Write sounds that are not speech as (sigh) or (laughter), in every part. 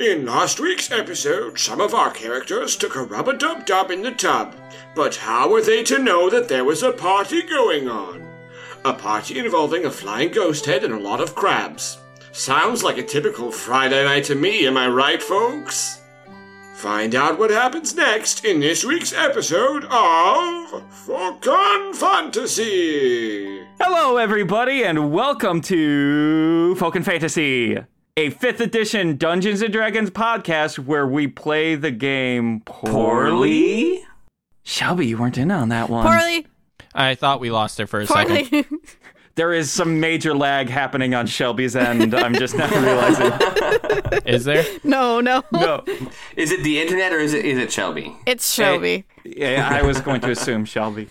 In last week's episode, some of our characters took a rub a dub dub in the tub. But how were they to know that there was a party going on? A party involving a flying ghost head and a lot of crabs. Sounds like a typical Friday night to me, am I right, folks? Find out what happens next in this week's episode of Falcon Fantasy! Hello, everybody, and welcome to Falcon Fantasy, a fifth edition Dungeons and Dragons podcast where we play the game poorly. Shelby, you weren't in on that one. Poorly. I thought we lost her for a second. Poorly. (laughs) There is some major lag happening on Shelby's end. I'm just now (laughs) realizing. Is there? no, no. No, Is it the internet or is it is it Shelby? It's Shelby. yeah, I was going to assume Shelby.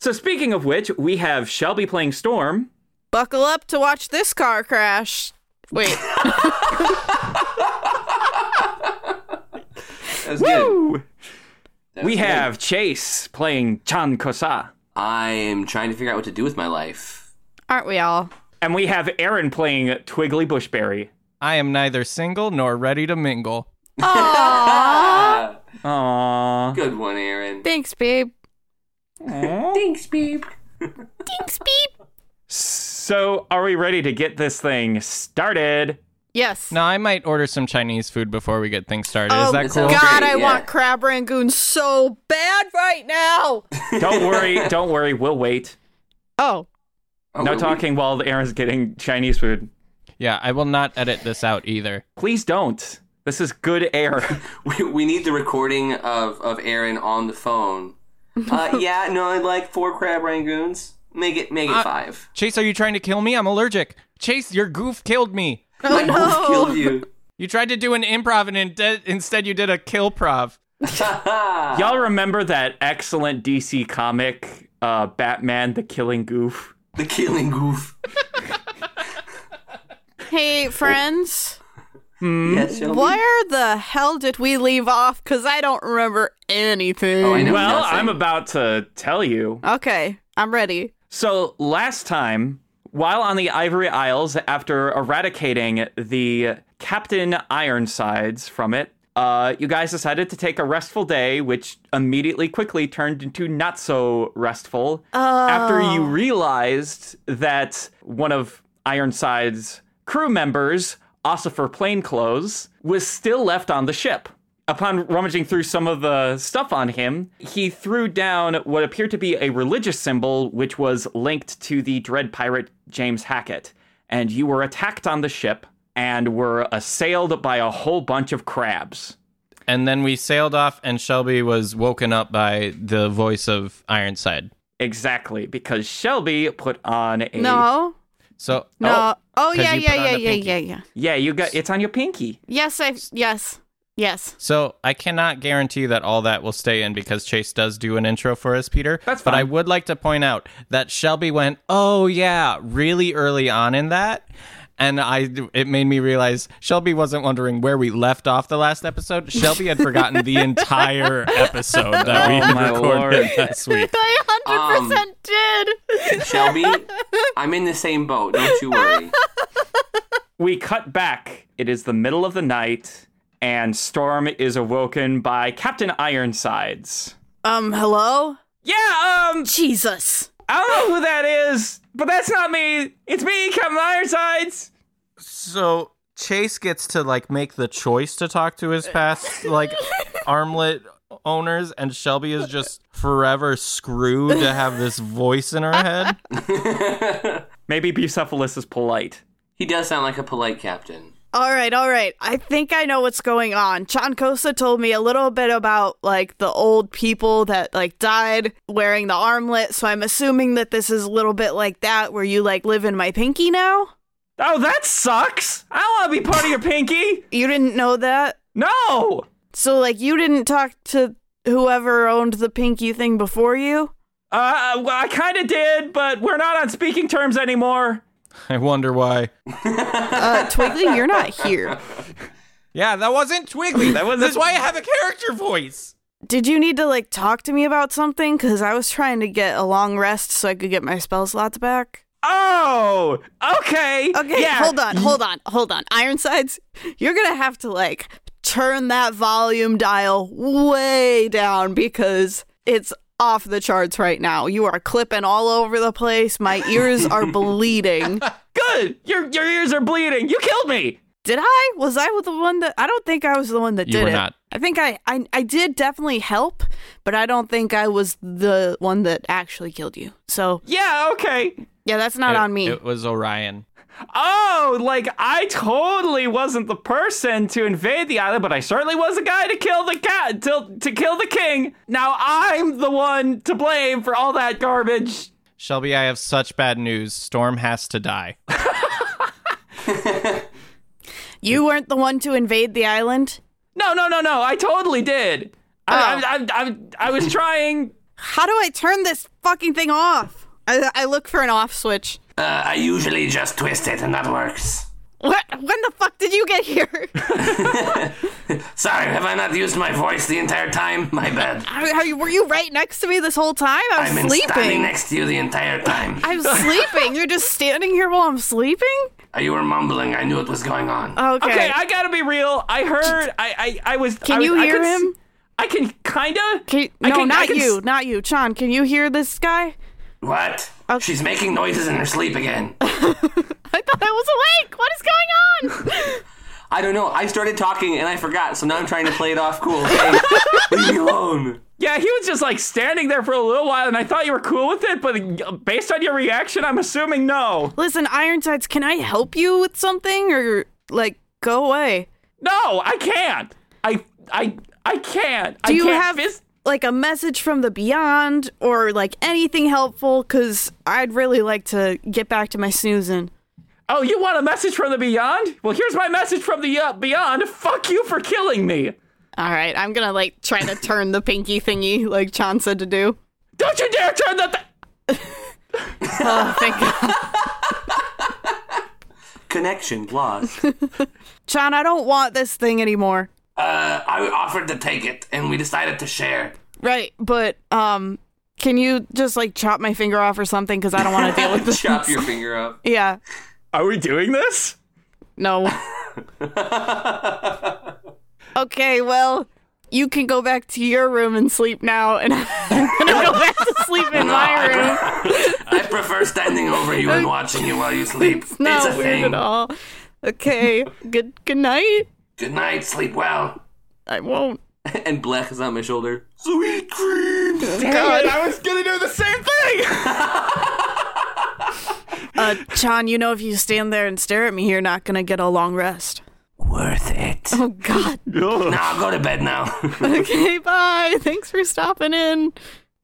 So, speaking of which, we have Shelby playing Storm. Buckle up to watch this car crash. (laughs) Wait, That's good. Ooh. That was We good. have Chase playing Chan Kosa. I am trying to figure out what to do with my life. aren't we all? And we have Aaron playing Twiggly Bushberry. I am neither single nor ready to mingle. Uh, Aww. Ah, Aww. good one, Aaron. (laughs) Thanks, babe. Thanks, babe. Thanks, beep. So, are we ready to get this thing started? Yes. Now, I might order some Chinese food before we get things started. Oh, Is that That cool? sounds God, great, I yeah. want crab rangoon so bad right now. Don't (laughs) worry, don't worry, we'll wait. Oh, Oh, no wait, talking while Aaron's getting Chinese food. Yeah, I will not edit this out either. Please don't. This is good (laughs) air. (laughs) (laughs) We, we need the recording of, of Aaron on the phone. (laughs) Uh, yeah, no, I'd like four crab rangoons. Make it Uh, make it (laughs) five. Chase, are you trying to kill me? I'm allergic. Chase, your goof killed me. My goof no. killed you. You tried to do an improv and in- instead you did a kill prov. Y'all remember that excellent DC comic, uh, Batman the Killing Goof? The killing goof. hey, friends. Mm. Yes, Shelby. Where the hell did we leave off? Because I don't remember anything. Oh, I know Well, nothing. I'm about to tell you. Okay, I'm ready. So last time, while on the Ivory Isles, after eradicating the Captain Ironsides from it, uh, you guys decided to take a restful day, which immediately quickly turned into not so restful. After you realized that one of Ironside's crew members, also for plainclothes, was still left on the ship. Upon rummaging through some of the stuff on him, he threw down what appeared to be a religious symbol, which was linked to the dread pirate James Hackett. And you were attacked on the ship and were assailed by a whole bunch of crabs. And then we sailed off, and Shelby was woken up by the voice of Ironside. Exactly, because Shelby put on a. No, So, no. Oh, 'cause yeah, you yeah, put on yeah, the yeah, pinky. yeah, yeah. Yeah, you got it's on your pinky. Yes, I. Yes, yes. So I cannot guarantee that all that will stay in because Chase does do an intro for us, Peter. That's But I fine. would like to point out that Shelby went, "Oh yeah," really early on in that, and I it made me realize Shelby wasn't wondering where we left off the last episode. Shelby had forgotten (laughs) the entire episode that we Oh, my recorded lord. last week. (laughs) I hundred percent Um, (laughs) did. Shelby, I'm in the same boat. Don't you worry. (laughs) We cut back. It is the middle of the night, and Storm is awoken by Captain Ironsides. Um, hello, Yeah, um, Jesus. I don't know who that is, but that's not me. It's me, Captain Ironsides. So Chase gets to like make the choice to talk to his (laughs) past like armlet owners, and Shelby is just forever screwed to have this voice in her head. Maybe Bucephalus is polite. He does sound like a polite captain. All right, all right. I think I know what's going on. Chancosa told me a little bit about like the old people that like died wearing the armlet, so I'm assuming that this is a little bit like that, where you like live in my pinky now. Oh, that sucks. I don't want to be part of your pinky. You didn't know that, No. so like you didn't talk to whoever owned the pinky thing before you. Uh, well, I kind of did, but we're not on speaking terms anymore. I wonder why. Uh, Twiggly, you're not here. Yeah, that wasn't Twiggly. That That wasn't- was That's why I have a character voice. Did you need to like talk to me about something? Because I was trying to get a long rest so I could get my spell slots back. Oh, okay. Okay, yeah. hold on, hold on, hold on. Ironsides, you're gonna have to like turn that volume dial way down because it's off the charts right now. You are clipping all over the place. (laughs) My ears are bleeding. Good. Your your ears are bleeding. You killed me. Did I? Was I the one that? I don't think I was the one that You did were it. not. I think I, I I did definitely help, but I don't think I was the one that actually killed you. So Yeah. Okay. yeah, that's not it, on me. It was Orion. Oh, like I totally wasn't the person to invade the island, but I certainly was the guy to kill the cat to, to kill the king. Now I'm the one to blame for all that garbage. Shelby, I have such bad news. Storm has to die. you weren't the one to invade the island. No, no, no, no. I totally did. Oh. I, I, I, I, I was trying. How do I turn this fucking thing off? I, I look for an off switch. Uh, I usually just twist it and that works. What? When the fuck did you get here? (laughs) Sorry, have I not used my voice the entire time? My bad. Are, are you, were you right next to me this whole time? I was I've been standing sleeping. next to you the entire time. I was sleeping. You're just standing here while I'm sleeping. Uh, you were mumbling. I knew it was going on. (laughs) Okay. Okay, I gotta be real. I heard. I, I, I was. Can I, you I hear could s- him? I can kinda. Can- I no, can- I not can s- you, not you, Chan. Can you hear this guy? what? Okay. She's making noises in her sleep again. I thought I was awake. What is going on? I don't know. I started talking and I forgot, so now I'm trying to play it off cool. Hey, (laughs) leave me alone. Yeah, he was just like standing there for a little while, and I thought you were cool with it, but uh, based on your reaction, I'm assuming no. (laughs) Listen, Ironsides, can I help you with something or like go away? No, I can't. I I I can't. Do I you can't have phys- like a message from the beyond or like anything helpful? Because I'd really like to get back to my snoozing. Oh, you want a message from the beyond? Well, here's my message from the uh, beyond. Fuck you for killing me. All right, I'm gonna like try to turn the pinky thingy like Chan said to do. Don't you dare turn the. Th- (laughs) Oh, thank God. Connection lost. Chan, I don't want this thing anymore. Uh, I offered to take it, and we decided to (laughs) share. Right, but um, can you just like chop my finger off or something? Because I don't want to deal with (laughs) this. Chop your finger up. Yeah, Are we doing this? no. okay, well, you can go back to your room and sleep now, and (laughs) I'm gonna go back to sleep in my room. I prefer standing over you and watching you while you sleep. It's, Not a weird thing. at all. Okay, good good night. Good night. Sleep well. I won't. (laughs) and Black is on my shoulder. Sweet (laughs) dreams. God, I was gonna do the same thing. Uh, Chan, you know if you stand there and stare at me, you're not gonna get a long rest. Worth it. Oh God. now go to bed now. Okay, (laughs) bye. Thanks for stopping in.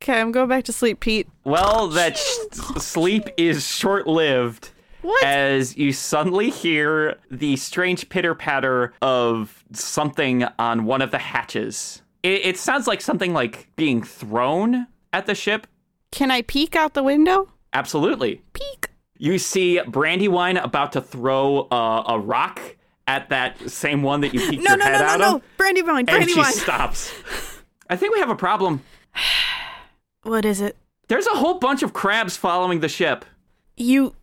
Okay, I'm going back to sleep, Pete. Well, that sh- sleep is short lived. What? As you suddenly hear the strange pitter patter of something on one of the hatches. It, it sounds like something like being thrown at the ship. Can I peek out the window? Absolutely. Peek. You see Brandywine about to throw uh, a rock at that same one that you peeked No, your no, head no, no, out no. of, Brandywine, and she Brandywine. stops. I think we have a problem. what is it? There's a whole bunch of crabs following the ship. You,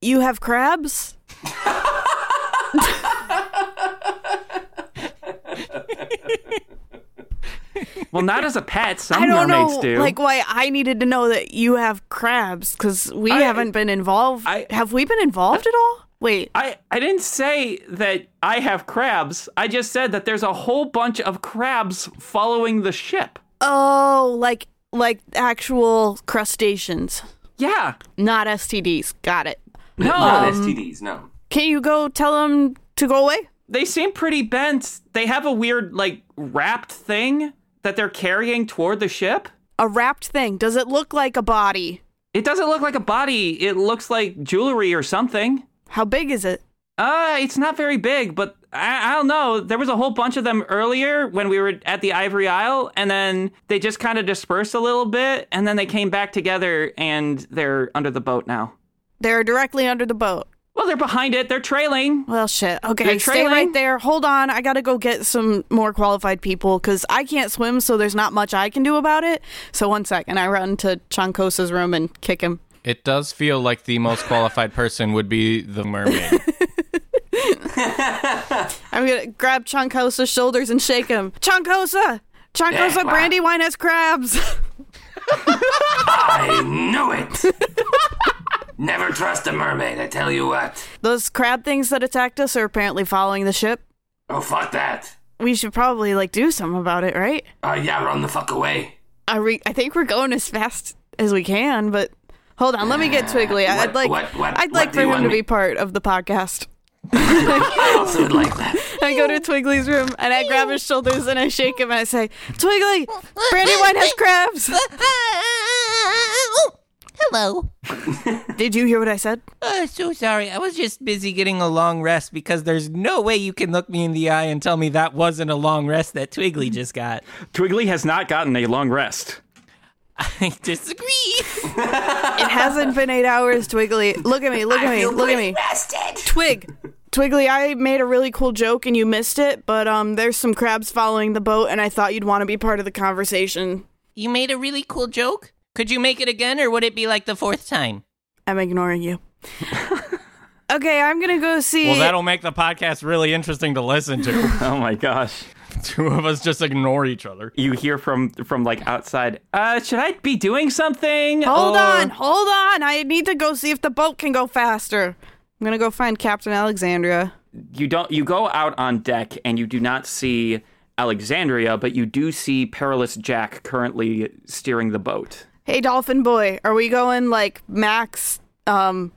you have crabs? Well, not as a pet. Some (laughs) I don't mermaids know, do. like why I needed to know that you have crabs because we I- haven't been involved. I- have we been involved at all? Wait, I, I didn't say that I have crabs. I just said that there's a whole bunch of crabs following the ship. oh, like like actual crustaceans, Yeah. not STDs. Got it. No. Not STDs. No. Can you go tell them to go away? they seem pretty bent. They have a weird, like, wrapped thing that they're carrying toward the ship. A wrapped thing. Does it look like a body? It doesn't look like a body. It looks like jewelry or something. How big is it? Uh, it's not very big, but I, I don't know. There was a whole bunch of them earlier when we were at the Ivory Isle, and then they just kind of dispersed a little bit, and then they came back together, and they're under the boat now. They're directly under the boat. Well, they're behind it. They're trailing. Well, shit. Okay, They're stay trailing. right there. Hold on. I gotta go get some more qualified people because I can't swim, so there's not much I can do about it. So one second, I run to Chancosa's room and kick him. It does feel like the most qualified person would be the mermaid. I'm gonna grab Chonkosa's shoulders and shake him. Chonkosa! Chonkosa, wow. Brandywine has crabs! (laughs) I knew it. Never trust a mermaid. I tell you what. Those crab things that attacked us are apparently following the ship. Oh fuck that. We should probably like do something about it, right? Uh, yeah, run the fuck away. Are we, I think we're going as fast as we can, but hold on, let me get Twiggly. I- What- I'd like what- what- I'd what like do for you him want to me- be part of the podcast. (laughs) I also would like that. I go to Twiggly's room and I grab his shoulders and I shake him and I say, Twiggly, Brandywine has crabs. Hello. Did you hear what I said? Uh, so sorry. I was just busy getting a long rest because there's no way you can look me in the eye and tell me that wasn't a long rest that Twiggly just got. (laughs) Twiggly has not gotten a long rest. I disagree. It hasn't been eight hours, Twiggly. Look at me, look at me, look at me. Twig. Twiggly, I made a really cool joke and you missed it, but um there's some crabs following the boat and I thought you'd want to be part of the conversation. You made a really cool joke. Could you make it again or would it be like the fourth time? I'm ignoring you. okay, I'm gonna go see Well, that'll make the podcast really interesting to listen to. (laughs) Oh my gosh. Two of us just ignore each other. You hear from from like outside, uh, should I be doing something? Hold uh, or- on, hold on. I need to go see if the boat can go faster. I'm gonna go find Captain Alexandria. You don't you go out on deck and you do not see Alexandria, but you do see Perilous Jack currently steering the boat. Hey dolphin boy, are we going like max um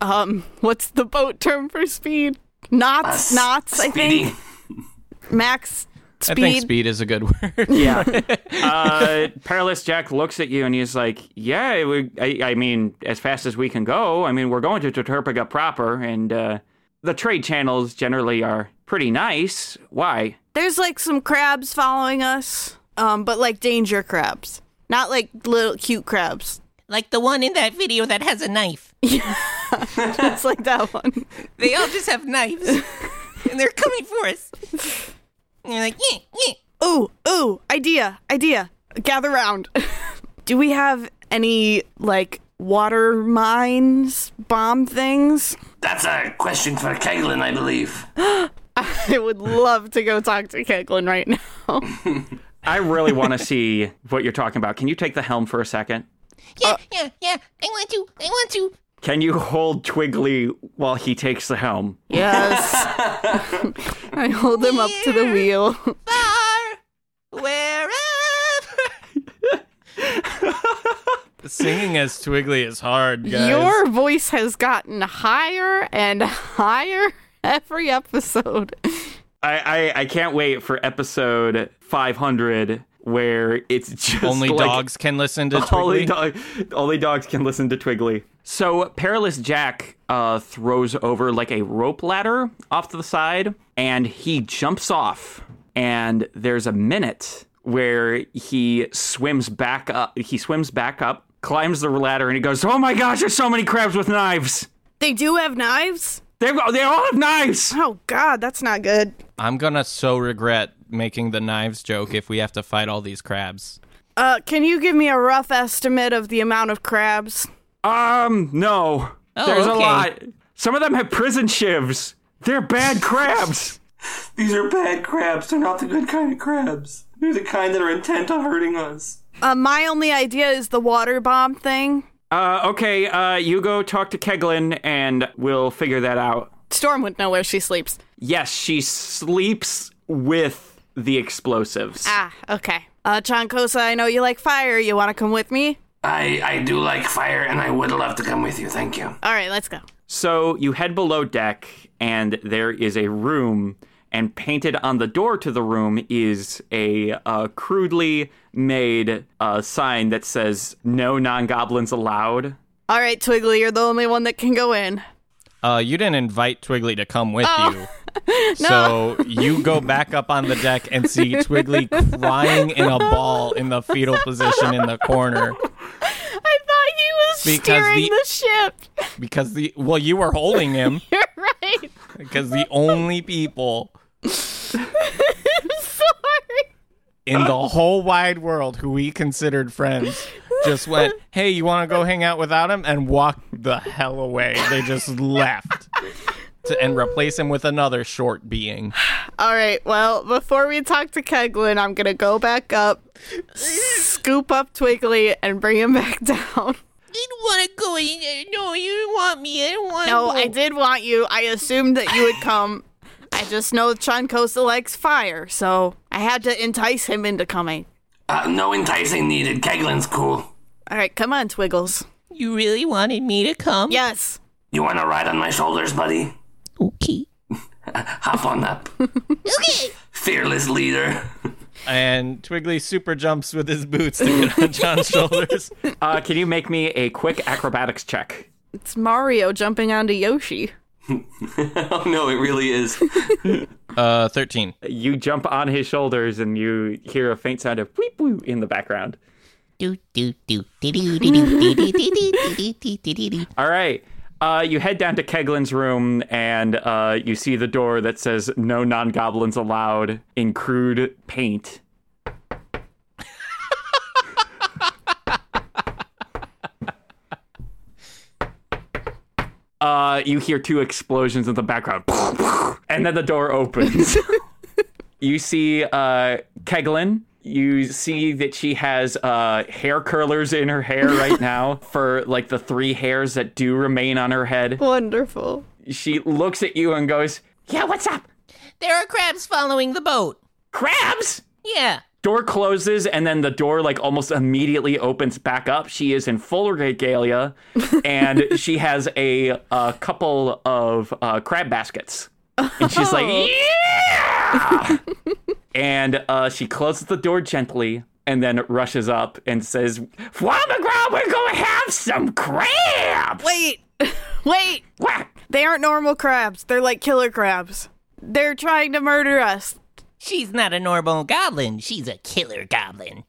um what's the boat term for speed? Knots, knots, I think. Speedy. Max Uh, I speed. think speed is a good (laughs) word. Yeah. (laughs) uh, Perilous Jack looks at you and he's like, "Yeah, it would, I, I mean, as fast as we can go. I mean, we're going to Terterpiga proper, and uh, the trade channels generally are pretty nice. Why? There's like some crabs following us, um, but like danger crabs, not like little cute crabs. (laughs) Like the one in that video that has a knife. It's like that one. They all just have knives. and they're coming for us. And they're like, yeah, yeah. Ooh, ooh, idea, idea. Gather round. (laughs) Do we have any like water mines, bomb things? (laughs) That's a question for Keglin, I believe. I would love to go talk to Keglin right now. (laughs) I really want to see what you're talking about. Can you take the helm for a second? Yeah, yeah, yeah. I want to. I want to. Can you hold Twiggly while he takes the helm? Yes. (laughs) I hold him up to the wheel. Far. Wherever. Singing as Twiggly is hard, guys. Your voice has gotten higher and higher (laughs) every episode. (laughs) I, I, I can't wait for episode 500 where it's (laughs) just Only like- dogs can listen to Twiggly. Only, dog, only dogs can listen to Twiggly. So Perilous Jack uh, throws over like a rope ladder off to the side, and he jumps off. And there's a minute where he swims back up. He swims back up, climbs the ladder, and he goes, "Oh my gosh! There's so many crabs with knives. They do have knives? They they all have knives." Oh god, that's not good. I'm gonna so regret making the knives joke if we have to fight all these crabs. Uh, can you give me a rough estimate of the amount of crabs? Um, no. there's a okay. lot. Some of them have prison shivs. They're bad crabs. These are bad crabs. They're not the good kind of crabs. They're the kind that are intent on hurting us. Uh, my only idea is the water bomb thing. Uh, okay, uh, you go talk to Keglin and we'll figure that out. Storm would know where she sleeps. Yes, she sleeps with the explosives. Ah, okay. Uh, Chankosa, I know you like fire. You want to come with me? I I do like fire, and I would love to come with you. Thank you. All right, let's go. So you head below deck and there is a room, and painted on the door to the room is a uh, crudely made uh, sign that says, No non goblins allowed. All right, Twiggly, you're the only one that can go in. Uh, you didn't invite Twiggly to come with you. So you go back up on the deck and see Twiggly crying in a ball in the fetal position in the corner I thought he was Because steering the- the... ship. (laughs) because the well you were holding him You're right. (laughs) because the only people I'm sorry. in the whole wide world who we considered friends just went, "Hey, you want to go hang out without him?" and walked the hell away. They just left to, and replace him with another short being. All right. Well, before we talk to Keglin, I'm gonna go back up, scoop up Twiggly, and bring him back (laughs) down. You don't want to go in there. No, you don't want me. I don't want No, to. I did want you. I assumed that you would come. I just know Chonkosa likes fire, so I had to entice him into coming. Uh, no enticing needed. Keglin's cool. All right, come on, Twiggles. You really wanted me to come? Yes. You want to ride on my shoulders, buddy? Okay. Hop on up. Okay. Fearless leader. (laughs) And Twiggly super jumps with his boots to get on John's shoulders. Uh, can you make me a quick acrobatics check? It's Mario jumping onto Yoshi. oh no, it really is. (laughs) Uh, thirteen. You jump on his shoulders and you hear a faint sound of weep woo in the background. Do, do, do, do, do, do, do, do, do, do, do, do, do, do. All right. Uh, you head down to Keglin's room and uh, you see the door that says "No non-goblins allowed" in crude paint. uh, you hear two explosions in the background, (laughs) and then the door opens. you see uh, Keglin. You see that she has uh, hair curlers in her hair right now for like the three hairs that do remain on her head. Wonderful. She looks at you and goes, Yeah, what's up? There are crabs following the boat. Crabs? Yeah. Door closes and then the door like almost immediately opens back up. She is in full (laughs) regalia and she has a, a couple of uh, crab baskets. And she's like, Oh. (laughs) yeah! and uh, she closes the door gently and then rushes up and says, Flamagra, we're going to have some crabs! Wait. (laughs) Wait. Wah! They aren't normal crabs. They're like killer crabs. They're trying to murder us. She's not a normal goblin. She's a killer goblin.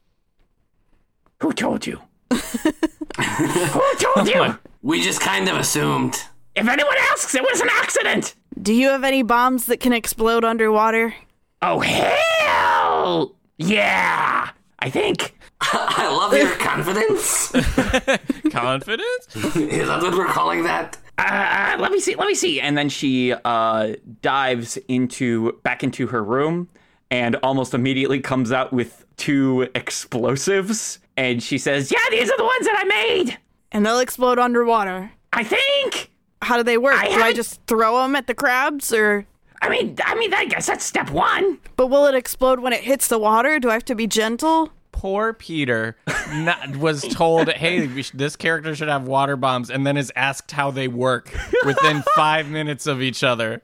Who told you? Who told you? We just kind of assumed. (laughs) If anyone asks, it was an accident! Do you have any bombs that can explode underwater? Oh, hell! Yeah! I think. I love your confidence. (laughs) Confidence. Is that what we're calling that? Uh, let me see. Let me see. And then she uh, dives into back into her room, and almost immediately comes out with two explosives. And she says, "Yeah, these are the ones that I made. And they'll explode underwater. I think. How do they work? I do I haven't- just throw them at the crabs or I mean, I mean, I guess that's step one. but will it explode when it hits the water? Do I have to be gentle? Poor Peter not, was told, "Hey, we sh- this character should have water bombs," and then is asked how they work within (laughs) five minutes of each other.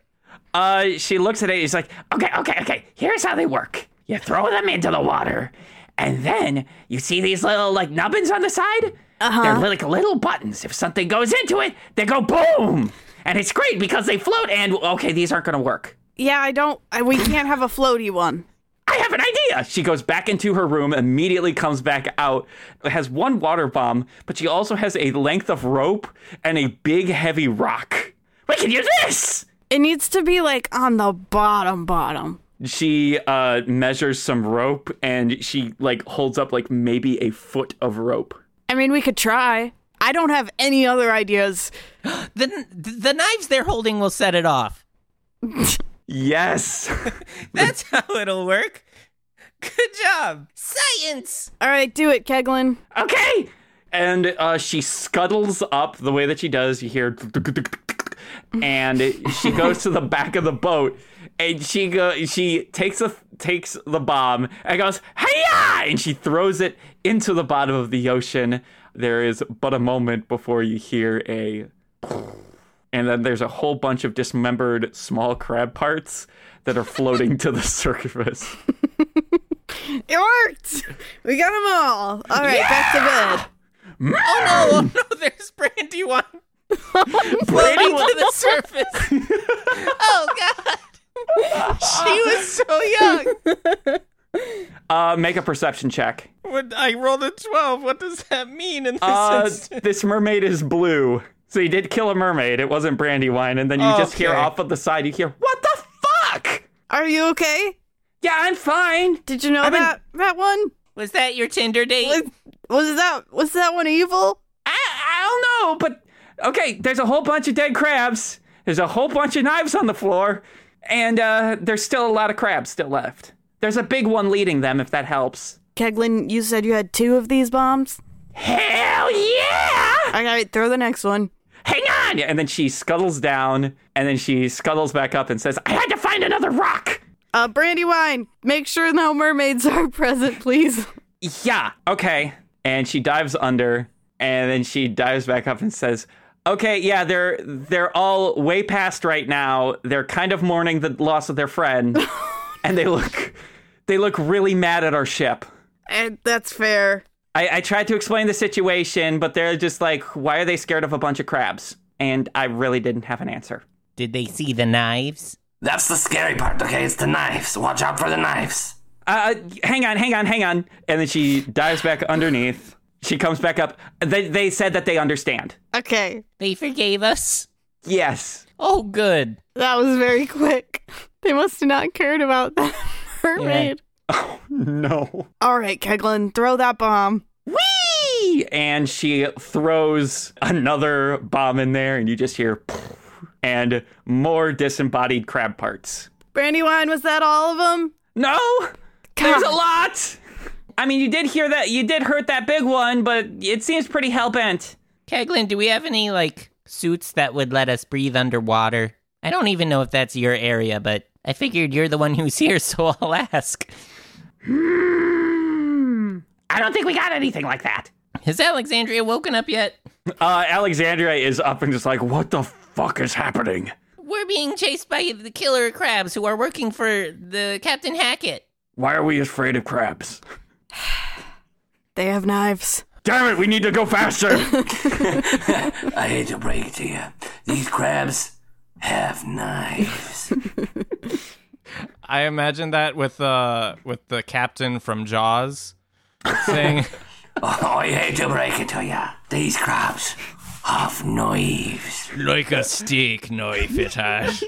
Uh, she looks at it. She's like, okay, okay, okay. Here's how they work. You throw them into the water, and then you see these little like nubbins on the side. Uh-huh. They're like little buttons. If something goes into it, they go boom, and it's great because they float. And okay, these aren't gonna work. Yeah, I don't I, we can't have a floaty one. I have an idea. She goes back into her room, immediately comes back out, has one water bomb, but she also has a length of rope and a big heavy rock. We can use this. It needs to be like on the bottom bottom. she uh measures some rope and she like holds up like maybe a foot of rope I mean, we could try. I don't have any other ideas. The, the knives they're holding will set it off. yes That's (laughs) how it'll work. Good job. Science. (laughs) All right, do it, Keglin. okay and uh she scuttles up the way that she does you hear and she goes to the back of the boat and she go she takes a takes the bomb and goes hey and she throws it into the bottom of the ocean there is but a moment before you hear a and then there's a whole bunch of dismembered small crab parts that are floating to the (laughs) surface. It worked. We got them all. All right, back to bed. Oh no! Oh no! There's Brandywine floating to the (laughs) surface. oh god! She was so young. Uh, make a perception check. (laughs) When I rolled a twelve. What does that mean in this (laughs) Uh, instance? this mermaid is blue. So you did kill a mermaid. It wasn't Brandywine. And then you just hear Okay. off of the side, you hear, What the fuck? Are you okay? Yeah, I'm fine. Did you know I've been- that that one? Was that your Tinder date? Like, Was that was that one evil? I, I don't know, but okay, there's a whole bunch of dead crabs. There's a whole bunch of knives on the floor, and uh, there's still a lot of crabs still left. There's a big one leading them, if that helps. Keglin, you said you had two of these bombs. Hell yeah! All right, throw the next one. Hang on! And then she scuttles down, and then she scuttles back up and says, I had to find another rock! Uh, Brandywine, make sure no mermaids are (laughs) present, please. Yeah, okay. And she dives under, and then she dives back up and says, Okay, yeah, they're they're all way past right now. They're kind of mourning the loss of their friend. and they look they look really mad at our ship. And that's fair. I, I tried to explain the situation, but they're just like, why are they scared of a bunch of crabs? And I really didn't have an answer. Did they see the knives? That's the scary part, okay? It's the knives. Watch out for the knives. Uh, hang on, hang on, hang on. And then she dives back underneath. She comes back up. They, they said that they understand. Okay, They forgave us. Yes. Oh, good. that was very quick. They must have not cared about that (laughs) mermaid. No. All right, Keglin, throw that bomb. Whee! And she throws another bomb in there, and you just hear and more disembodied crab parts. Brandywine, was that all of them? No, there's a God. lot. I mean, you did hear that. You did hurt that big one, but it seems pretty hell bent. Keglin, do we have any, like, suits that would let us breathe underwater? I don't even know if that's your area, but I figured you're the one who's (laughs) here, so I'll ask. I don't think we got anything like that. Has Alexandria woken up yet? Uh, Alexandria is up and just like, what the fuck is happening? We're being chased by the killer crabs who are working for the Captain Hackett. Why are we afraid of crabs? They have knives. Damn it, we need to go faster. (laughs) I hate to break it to you. These crabs have knives. (laughs) I imagine that with uh with the captain from Jaws saying oh, I hate to break it to you. These crabs have knives. (laughs) (laughs) like a steak knife it has.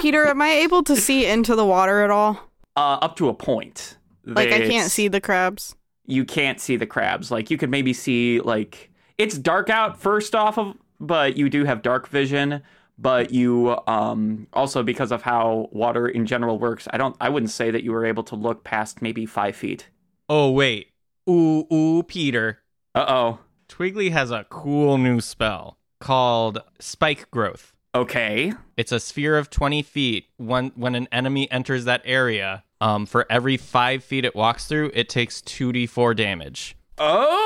Peter, am I able to see into the water at all? uh, up to a point. Like I can't It's- see the crabs. You can't see the crabs. Like you could maybe see like it's dark out first off of, but you do have dark vision. But you um, also because of how water in general works, I don't. I wouldn't say that you were able to look past maybe five feet. (laughs) Oh wait. Ooh ooh Peter. Uh oh. Twiggly has a cool new spell called Spike Growth. Okay. It's a sphere of 20 feet. When, when an enemy enters that area, um, for every five feet it walks through, it takes 2d4 damage.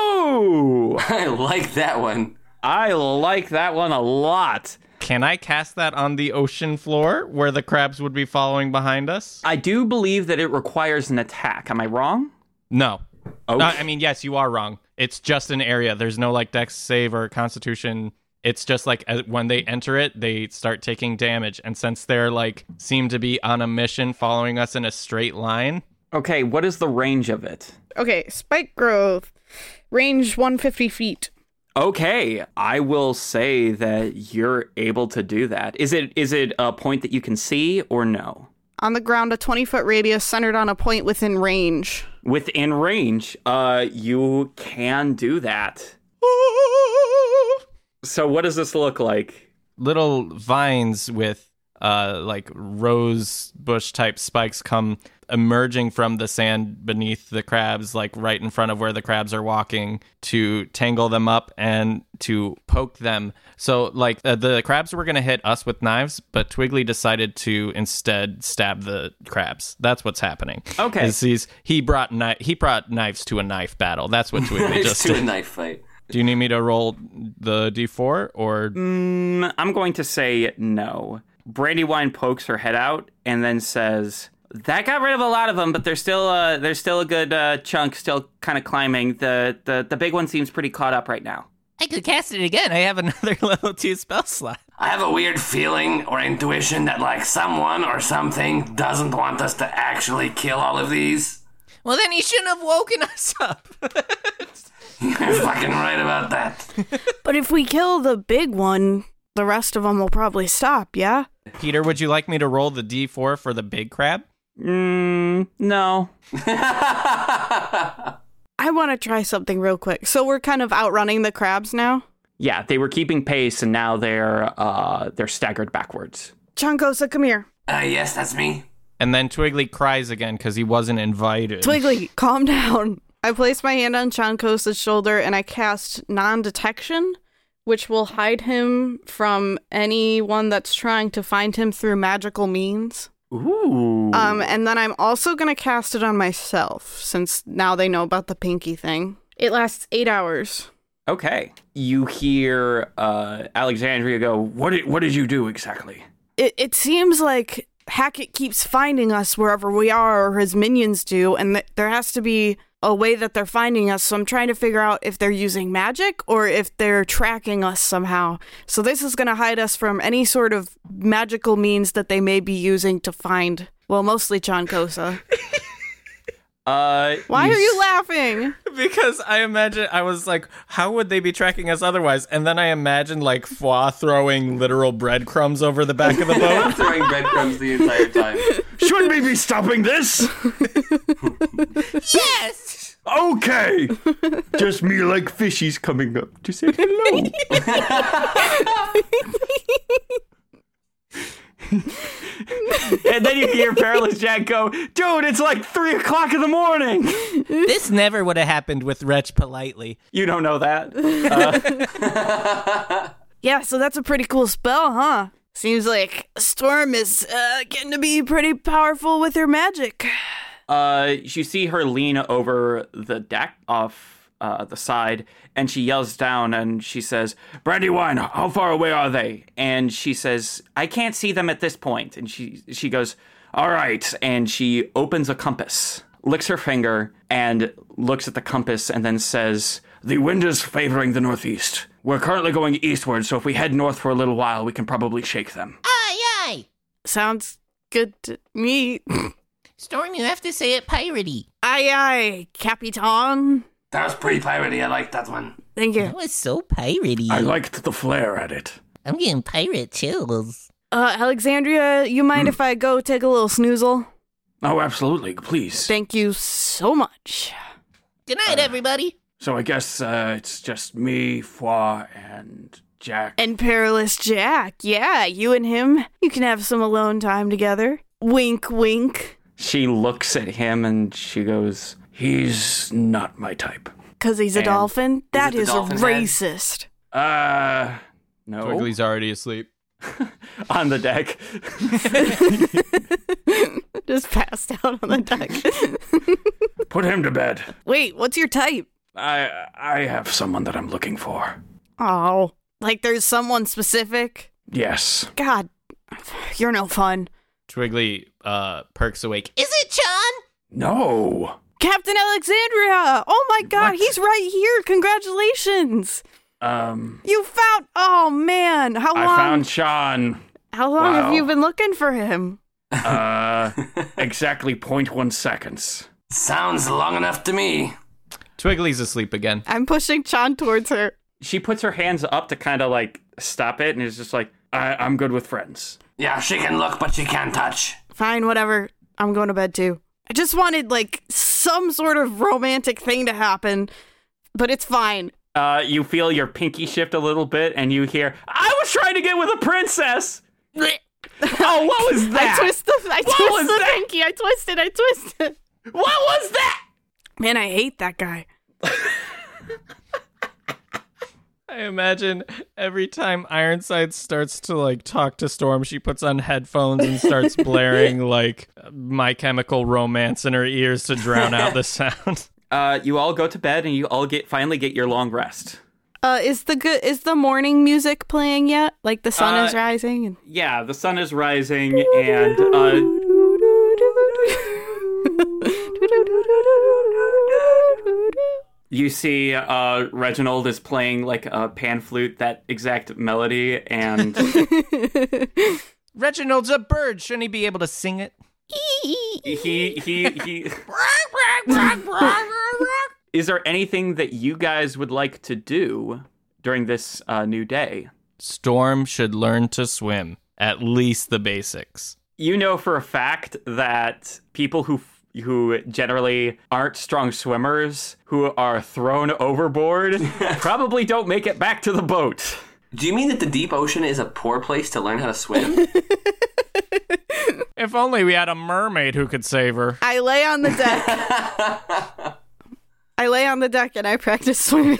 Oh, I like that one. I like that one a lot. Can I cast that on the ocean floor where the crabs would be following behind us? I do believe that it requires an attack. Am I wrong? No. Oh, No, I mean, yes, you are wrong. It's just an area. There's no like dex save or constitution. It's just like uh, when they enter it, they start taking damage. And since they're like seem to be on a mission following us in a straight line, okay. What is the range of it? Okay, spike growth, range 150 feet. Okay, I will say that you're able to do that. Is it is it a point that you can see or no? On the ground, a 20 foot radius centered on a point within range. Within range, uh you can do that. So what does this look like? little vines with uh like rose bush type spikes come emerging from the sand beneath the crabs like right in front of where the crabs are walking to tangle them up and to poke them so like uh, the crabs were going to hit us with knives but twiggly decided to instead stab the crabs that's what's happening Okay. Is he's, he brought kni- he brought knives to a knife battle that's (laughs) what twiggly It's just to a did knife fight. do you need me to roll the d4 or Mm, I'm going to say no. Brandywine pokes her head out and then says, "That got rid of a lot of them, but there's still uh there's still a good uh, chunk still kind of climbing. The the the big one seems pretty caught up right now." I could cast it again. I have another (laughs) level 2 spell slot. I have a weird feeling or intuition that, like, someone or something doesn't want us to actually kill all of these. (laughs) Well, then he shouldn't have woken us up. (laughs) You're fucking right about that. But if we kill the big one, the rest of them will probably stop, yeah? Peter, would you like me to roll the d4 for the big crab? Mm, no. I I want to try something real quick. So we're kind of outrunning the crabs now. Yeah, they were keeping pace, and now they're uh, they're staggered backwards. Chonkosa, come here. Uh, yes, that's me. (laughs) And then Twiggly cries again because he wasn't invited. Twiggly, calm down. I place my hand on Chonkosa's shoulder and I cast non detection, which will hide him from anyone that's trying to find him through magical means. Ooh. Um, and then I'm also going to cast it on myself since now they know about the pinky thing. It lasts eight hours. Okay. You hear uh, Alexandria go, "What did what did you do exactly?" It, it seems like Hackett keeps finding us wherever we are, or his minions do, and th- there has to be a way that they're finding us. So I'm trying to figure out if they're using magic or if they're tracking us somehow. So this is going to hide us from any sort of magical means that they may be using to find, well, mostly Chonkosa. Uh, Why are s- you laughing? (laughs) Because I imagine I was like, how would they be tracking us otherwise? And then I imagine like Foie throwing literal breadcrumbs over the back of the I'm boat. throwing breadcrumbs the entire time. Should we be stopping this? Yes! Okay. Just me like fishies coming up to say hello. (laughs) And then you hear Perilous Jack go, "Dude, it's like three o'clock in the morning." this never would have happened with Wretch politely. You don't know that. Yeah, so that's a pretty cool spell, huh? Seems like Storm is uh, getting to be pretty powerful with her magic. Uh, you see her lean over the deck off uh, the side, and she yells down and she says, "Brandywine, how far away are they?" And she says, "I can't see them at this point." And she she goes, "All right," and she opens a compass, licks her finger, and looks at the compass, and then says. The wind is favoring the northeast. We're currently going eastward, so if we head north for a little while, we can probably shake them. Aye, aye. Sounds good to me. Storm, you have to say it piratey. Aye, aye, Capitan. That was pretty piratey. I like that one. Thank you. That was so piratey. I liked the flair at it. I'm getting pirate chills. Uh, Alexandria, you mind if I go take a little snoozle? Oh, absolutely. Please. Thank you so much. Good night, everybody. So I guess uh, it's just me, Foie, and Jack. And Perilous Jack, yeah, you and him, you can have some alone time together. Wink, wink. She looks at him and she goes, He's not my type. Cause he's a And dolphin. That it the is dolphin's head? racist. (laughs) Uh, (laughs) no. Twiggly's already asleep. On the deck. Just passed out on the deck. (laughs) (laughs) Put him to bed. Wait, what's your type? I I have someone that I'm looking for. Oh, like there's someone specific? Yes. God, you're no fun. Twiggly uh, perks awake. Is it John? No. Captain Alexandria! Oh my god, he's right here! Congratulations! Um, You found. Oh man, how long? I found Sean. how long have Wow. you been looking for him? Uh, exactly 0.1 seconds. Sounds long enough to me. Twiggly's asleep again. I'm pushing Chan towards her. She puts her hands up to kind of like stop it and is just like, I, I'm good with friends. Yeah, she can look, but she can't touch. Fine, whatever. I'm going to bed too. I just wanted like some sort of romantic thing to happen, but it's fine. uh, you feel your pinky shift a little bit and you hear, I was trying to get with a princess. oh, what was that? I twist the I was twist the that? pinky. I twist it. I twist it. what was that? Man, I hate that guy. I imagine every time Ironside starts to like talk to Storm, she puts on headphones and (laughs) starts blaring like My Chemical Romance in her ears to drown out the sound. (laughs) Uh, you all go to bed and you all get finally get your long rest. Uh, is the good is the morning music playing yet? Like the sun is Uh, rising and Yeah, the sun is rising and uh, You see, uh, Reginald is playing like a pan flute, that exact melody, and Reginald's a bird. Shouldn't he be able to sing it? (laughs) he he he. is there anything that you guys would like to do during this uh, new day? Storm should learn to swim, at least the basics. You know for a fact that people who f- who generally aren't strong swimmers, who are thrown (laughs) overboard, probably don't make it back to the boat. Do you mean that the deep ocean is a poor place to learn how to (laughs) swim? If only we had a mermaid who could save (laughs) her. I lay on the deck. (laughs) I lay on the deck and I practice swimming.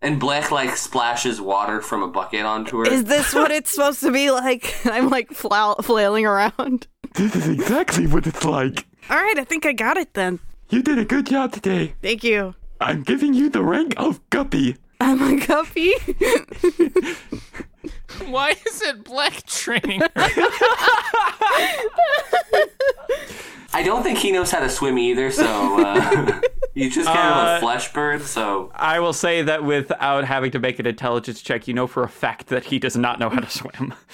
and Black like splashes water from a bucket onto her. (laughs) Is this what it's supposed to be like? (laughs) I'm like flail- flailing around. This is exactly what it's like. All right, I think I got it then. You did a good job today. Thank you. I'm giving you the rank of guppy. I'm a guppy. (laughs) Why is it black training? her? I don't think he knows how to swim either, so (laughs) uh, he's just kind of a flesh bird. So I will say that without having to make an intelligence check, you know for a fact that he does not know how to swim. (laughs)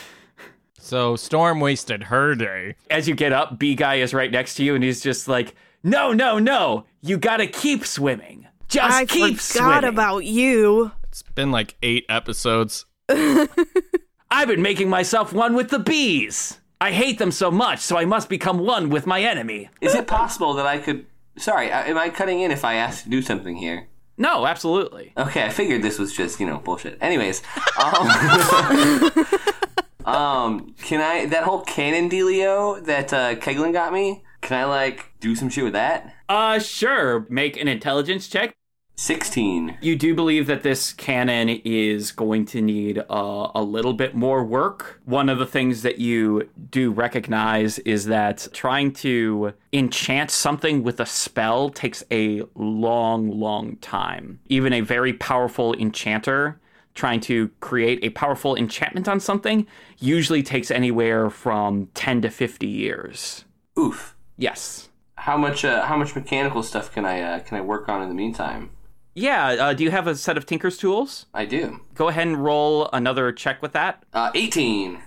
So Storm wasted her day. As you get up, B guy is right next to you and he's just like, "No, no, no. You got to keep swimming. Just (laughs) I keep forgot swimming." about (laughs) you. It's been like eight episodes. I've been making myself one with the bees. I hate them so much, so I must become one with my enemy." is it possible that I could? Sorry, I- am I cutting in if I ask to do something here? No, absolutely. Okay, I figured this was just you know bullshit. Anyways, um, (laughs) um, can I that whole cannon dealio that uh, Keglin got me? Can I like do some shit with that? Uh sure, make an intelligence check. Sixteen. You do believe that this cannon is going to need uh, a little bit more work. One of the things that you do recognize is that trying to enchant something with a spell takes a long, long time. Even a very powerful enchanter trying to create a powerful enchantment on something usually takes anywhere from 10 to 50 years. Oof. Yes. How much? Uh, how much mechanical stuff can I uh, can I work on in the meantime? Yeah, uh, do you have a set of Tinker's tools? I do. Go ahead and roll another check with that. Uh, Eighteen.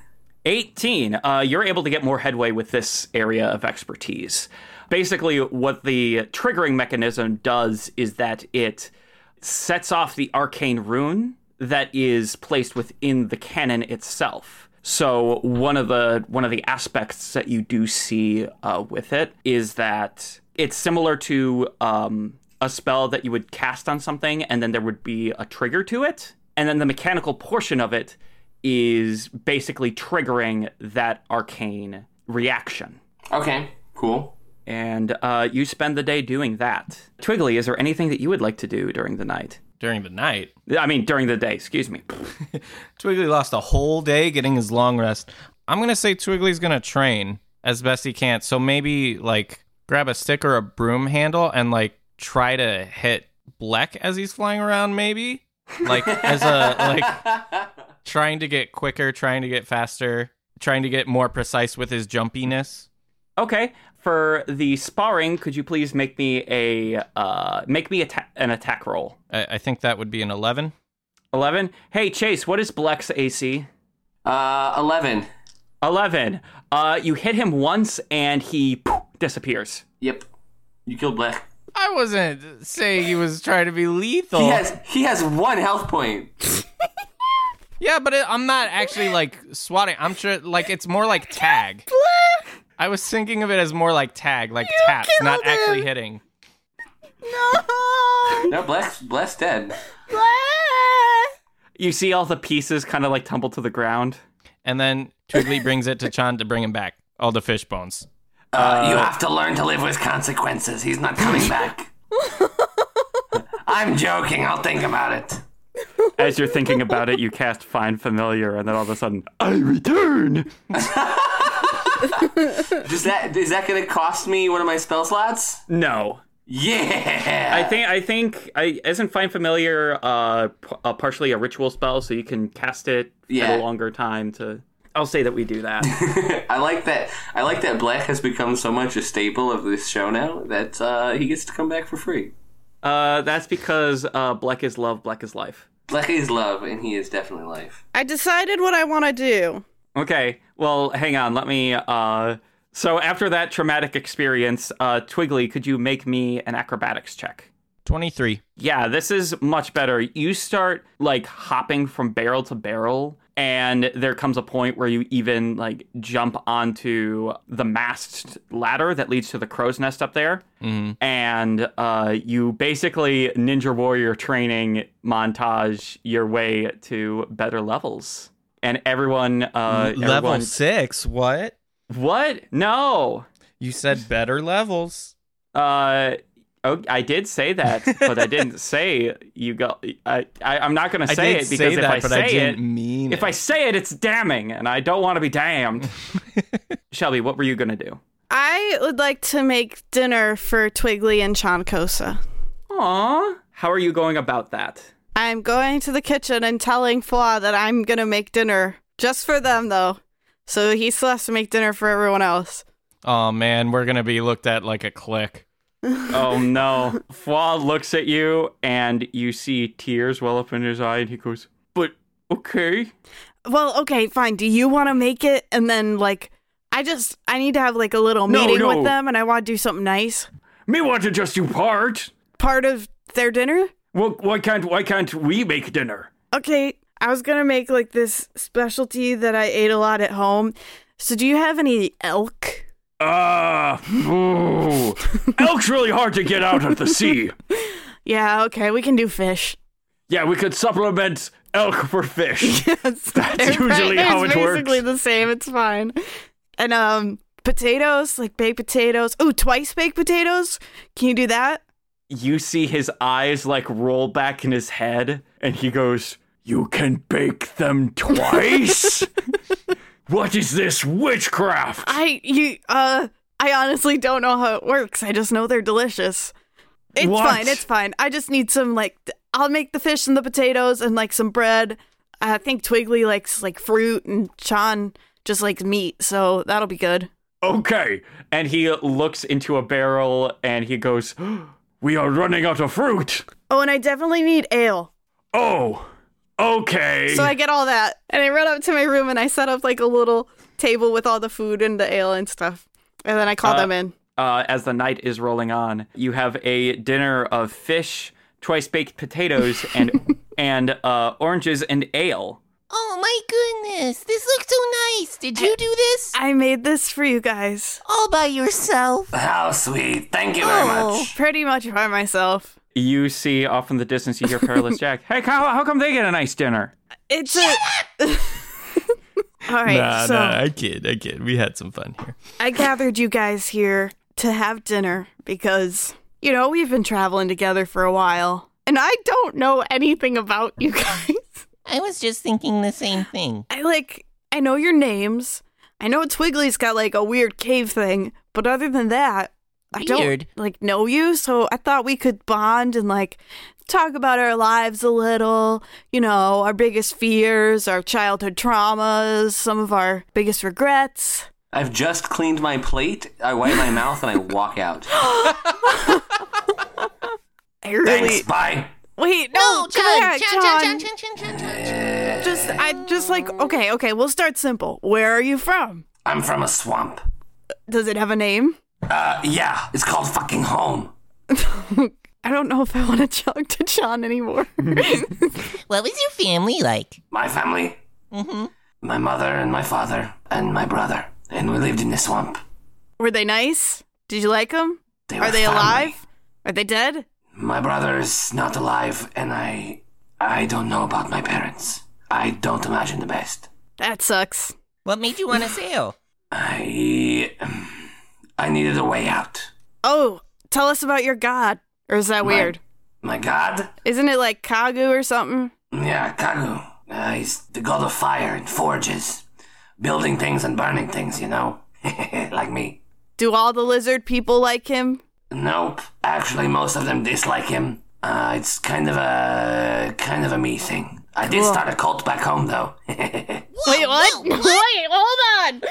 18 uh, you're able to get more headway with this area of expertise basically what the triggering mechanism does is that it sets off the arcane rune that is placed within the cannon itself so one of the one of the aspects that you do see uh, with it is that it's similar to um, a spell that you would cast on something and then there would be a trigger to it and then the mechanical portion of it is basically triggering that arcane reaction. Okay. Cool. And uh, you spend the day doing that. Twiggly, is there anything that you would like to do during the night? During the night, I mean, during the day, excuse me. Twiggly lost a whole day getting his long rest. I'm going to say Twiggly's going to train as best he can. So maybe like grab a stick or a broom handle and like try to hit Bleck as he's flying around, maybe? Like as a, like trying to get quicker, trying to get faster, trying to get more precise with his jumpiness. Okay, for the sparring, could you please make me a uh, make me atta- an attack roll? I, I think that would be an 11. Eleven. Hey, Chase, what is Blex AC? Uh, Eleven. Eleven. Uh, you hit him once, and he poof, disappears. Yep. You killed Black. I wasn't saying he was trying to be lethal. He has he has one health point. Yeah, but it, I'm not actually like swatting. I'm sure like it's more like (laughs) tag. I was thinking of it as more like tag, like taps, not killed actually him. hitting. No. No, Black's Black's dead. You see all the pieces kind of like tumble to the ground. And then Twiggly brings it to Chan to bring him back. All the fish bones. Uh, you have to learn to live with consequences. He's not coming (laughs) back. I'm joking. I'll think about it. As you're thinking about it, you cast Find Familiar, and then all of a sudden, I return. Does that is that going to cost me one of my spell slots? no. Yeah. I think I think I isn't Find Familiar uh, p- uh partially a ritual spell, so you can cast it Yeah. at a longer time to. I'll say that we do that. (laughs) I like that. I like that Black has become so much a staple of this show now that uh, he gets to come back for free. uh, that's because uh, black is love, black is life. Black is love, and he is definitely life. I decided what I want to do. Okay, well, hang on. Let me. Uh, so after that traumatic experience, uh, Twiggly, could you make me an acrobatics check? 23. Yeah, this is much better. You start like hopping from barrel to barrel and there comes a point where you even like jump onto the mast ladder that leads to the crow's nest up there and uh, you basically ninja warrior training montage your way to better levels and everyone uh Level everyone- six. What? what no You said better levels. uh Oh, I did say that, but I (laughs) didn't say you go. I, I I'm not going to say did it because if that, I but say I didn't it, mean if it. I say it, it's damning, and I don't want to (laughs) be damned. Shelby, what were you gonna do? I would like to make dinner for Twiggly and Chancosa. Aw, how are you going about that? I'm going to the kitchen and telling Fla that I'm gonna make dinner just for them, though. So he still has to make dinner for everyone else. Oh man, we're gonna be looked at like a clique. Oh no! Fwa looks at you, and you see tears well up in his eye, and he goes, "But okay." Well, okay, fine. Do you want to make it? And then like, I just I need to have like a little No, meeting no. with them, and I want to do something nice. Me want to just do part. Part of their dinner. Well, why can't why can't we make dinner? Okay, I was gonna make like this specialty that I ate a lot at home. So do you have any elk? Uh, ooh. elk's really hard to get out of the sea. Yeah, okay, we can do fish. Yeah, we could supplement elk for fish. (laughs) That's usually how it works. basically the same. It's fine. And um, potatoes, like baked potatoes. Oh, twice baked potatoes. Can you do that? you see his eyes like roll back in his head and he goes you can bake them twice (laughs) what is this witchcraft I you uh, I honestly don't know how it works. I just know they're delicious. It's What? fine. It's fine. I just need some like th- I'll make the fish and the potatoes and like some bread. I think Twiggly likes like fruit and Chan just likes meat, so that'll be good. okay and he looks into a barrel and he goes (gasps) we are running out of fruit Oh, and I definitely need ale. oh okay So I get all that. And I run up to my room and I set up like a little table with all the food and the ale and stuff. And then I call them in. uh, as the night is rolling on. You have a dinner of fish, twice baked potatoes, and (laughs) and uh, oranges and ale. Oh my goodness, this looks so nice. Did you do this I made this for you guys all by yourself? How sweet. Thank you very much. Oh, pretty much by myself. You see off in the distance, you hear (laughs) Perilous Jack. Hey, how, how come they get a nice dinner? It's a. (laughs) all right, so I kid, I kid. We had some fun here. I gathered you guys here to have dinner because, you know, we've been traveling together for a while. And I don't know anything about you guys. I was just thinking the same thing. I like I know your names. I know Twiggly's got like a weird cave thing, but other than that, I Weird. don't like know you, so I thought we could bond and like talk about our lives a little, you know, our biggest fears, our childhood traumas, some of our biggest regrets. I've just cleaned my plate. I wipe my mouth and I walk (gasps) out. I really Thanks. Bye. Wait, no, No, come Oh, John, back, John, John, John, John, John, John, John. Just I just like okay, okay, we'll start simple. Where are you from? I'm from a swamp. Does it have a name? (laughs) Uh, yeah, it's called fucking home. I don't know if I (laughs) want to talk to John anymore. What was your family like? My family. Mm-hmm. My mother and my father and my brother. And we lived in the swamp. Were they nice? Did you like them? They Are were they family. alive? Are they dead? My brother's not alive, and I. I don't know about my parents. I don't imagine the best. That sucks. What made you want to sail? I. I needed a way out. Oh, tell us about your god. Or is that My- weird? My god? Isn't it like Kagu or something? Yeah, Kagu. Uh, he's the god of fire and forges. Building things and burning things, you know? (laughs) like me. Do all the lizard people like him? Nope. Actually, most of them dislike him. Uh, it's kind of a kind of a me thing. I did start a cult back home, though. (laughs) okay, Wait, what? (laughs) Wait, hold on.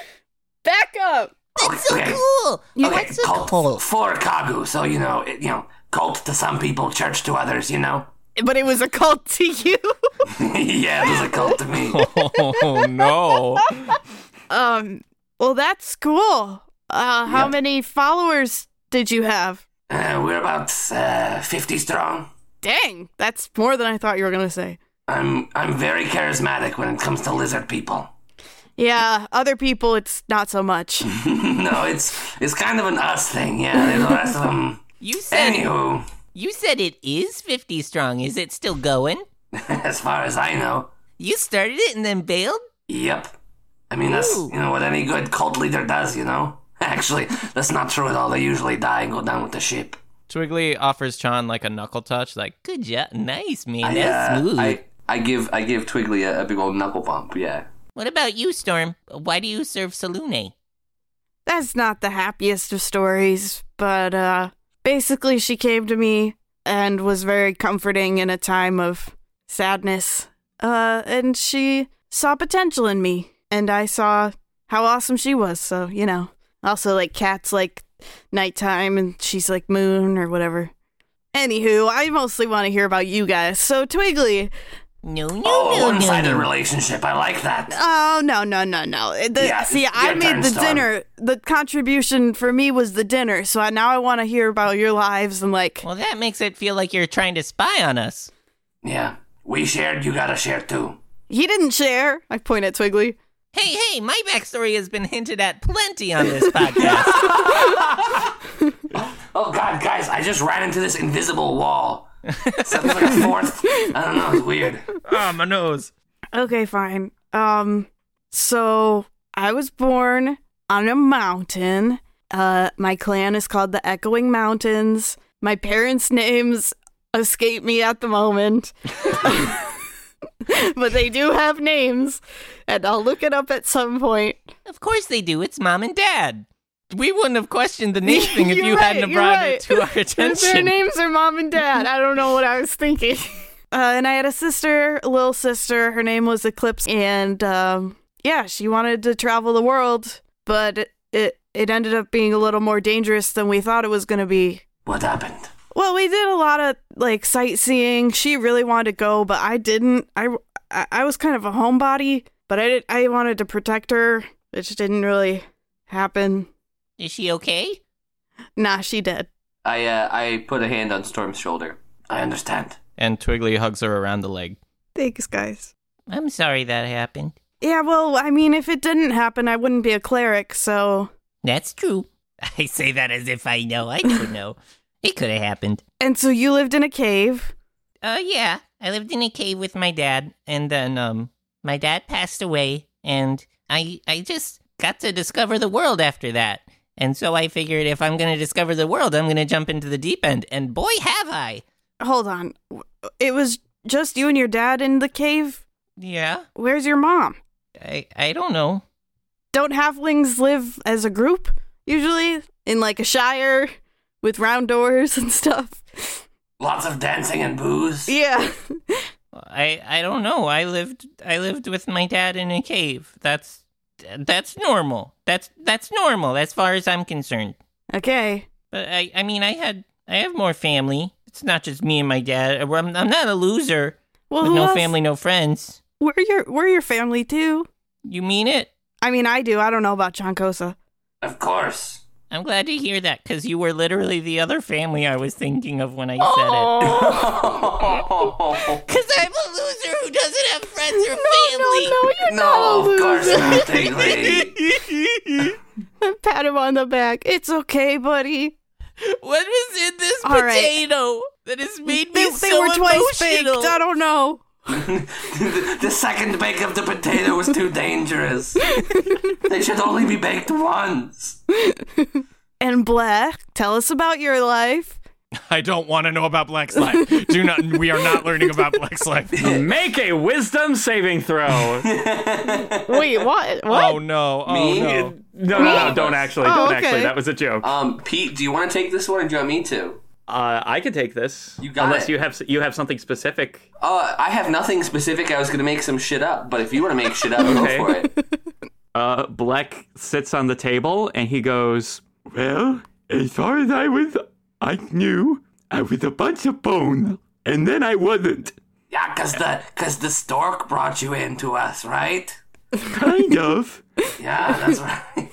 Back up. That's so cool. Okay, That's so cult cool. for Kagu. So you know, it, you know, cult to some people, church to others. You know. (laughs) But it was a cult to you. (laughs) yeah, it was a cult to me. (laughs) Oh no! Um, well that's cool. Uh how many followers did you have? Uh, we're about uh, fifty strong. Dang, that's more than I thought you were going to say. I'm I'm very charismatic when it comes to lizard people. (laughs) Yeah, other people, it's not so much. No, it's it's kind of an us thing. Yeah, the rest of them. You said Anywho, (laughs) you said it is 50 strong. Is it still going? as far as I know, You started it and then bailed? yep. I mean, that's you know what any good cult leader does. You know, (laughs) actually, that's not true at all. They usually die and go down with the ship. Twiggly offers Chan like a knuckle touch, like, Good job. Nice, man. yeah, uh, That's smooth. I I give I give Twiggly a, a big old knuckle bump. Yeah. What about you, Storm? Why do you serve Salune? That's not the happiest of stories, but uh basically she came to me and was very comforting in a time of sadness. Uh and she saw potential in me and I saw how awesome she was, so you know. Also like cats like nighttime and she's like moon or whatever. Anywho, I mostly want to hear about you guys. So Twiggly, No, no, Oh, no, no, one-sided no. relationship. I like that. Oh no no no no! The, Yeah, see, it's I your made turn, the Star. dinner. The contribution for me was the dinner. So I, now I want to hear about your lives and like, Well, that makes it feel like you're trying to spy on us. Yeah, we shared. You gotta share too. he didn't share. I point at Twiggly. Hey, hey, my backstory has been hinted at plenty on (laughs) this podcast. Oh God, guys! I just ran into this invisible wall. Something like a fourth. I don't know. It's weird. ah, my nose. Okay, fine. Um, so I was born on a mountain. Uh, my clan is called the Echoing Mountains. My parents' names escape me at the moment. (laughs) but they do have names, and I'll look it up at some point. of course they do. It's mom and dad. We wouldn't have questioned the name thing if (laughs) You're you hadn't right, brought you're it to (laughs) right. our Their attention. names are mom and dad. I don't know what I was thinking. (laughs) Uh, and I had a sister, a little sister. Her name was Eclipse, and um, yeah, she wanted to travel the world, but it it ended up being a little more dangerous than we thought it was going to be. What happened? Well, we did a lot of like sightseeing. She really wanted to go, but I didn't. I I, I was kind of a homebody, but I did, I wanted to protect her. It just didn't really happen. Is she okay? Nah, she did. I uh, I put a hand on Storm's shoulder. I understand. And Twiggly hugs her around the leg. Thanks, guys. I'm sorry that happened. Yeah, well, I mean, if it didn't happen, I wouldn't be a cleric, so. That's true. (laughs) I say that as if I know. I don't know. It could have happened. And so you lived in a cave. Uh, yeah. I lived in a cave with my dad, and then um, my dad passed away, and I I just got to discover the world after that. And so I figured if I'm gonna discover the world, I'm gonna jump into the deep end, and boy have I! Hold on. It was just you and your dad in the cave? Yeah. Where's your mom? I I don't know. Don't halflings live as a group, usually? In like a shire with round doors and stuff? (laughs) Lots of dancing and booze. Yeah. I I don't know. I lived I lived with my dad in a cave. That's that's normal. That's that's normal as far as I'm concerned. Okay. But I, I mean, I had, I have more family. It's not just me and my dad. I'm, I'm not a loser Well, with who no else? family, no friends. We're your, we're your family too. You mean it? I mean, I do. I don't know about Chancosa. Of course. I'm glad to hear that because you were literally the other family I was thinking of when I said (laughs) it. no, Because I'm a loser who doesn't have friends or (laughs) family. of you're course not, Tiggly. (laughs) Pat him on the back. It's okay, buddy. (laughs) What was in this All right. potato that has made me They, so they were twice baked. emotional? I don't know. (laughs) the, the second bake of the potato was (laughs) too dangerous. they should only be baked once. And Black, tell us about your life. (laughs) I don't want to know about Black's life. Do (laughs) not. We are not learning about Black's life. Make a wisdom saving (laughs) throw. no, (laughs) Wait, what? Oh no! Oh Me? no! no, no, don't actually. Oh, Don't okay. actually. That was a joke. Uh, Um, Pete, do you want to take this one, or do you want me to? I could take this. You got unless it. you have you have something specific. Uh, I have nothing specific. I was gonna make some shit up, but if you want to make shit up, go Okay. for it. Uh, Bleck sits on the table and he goes, Well, as far as I was, I knew I was a bunch of bone, and then I wasn't. Yeah, cause the cause the stork brought you in to us, right? Kind of. (laughs) Yeah, that's right.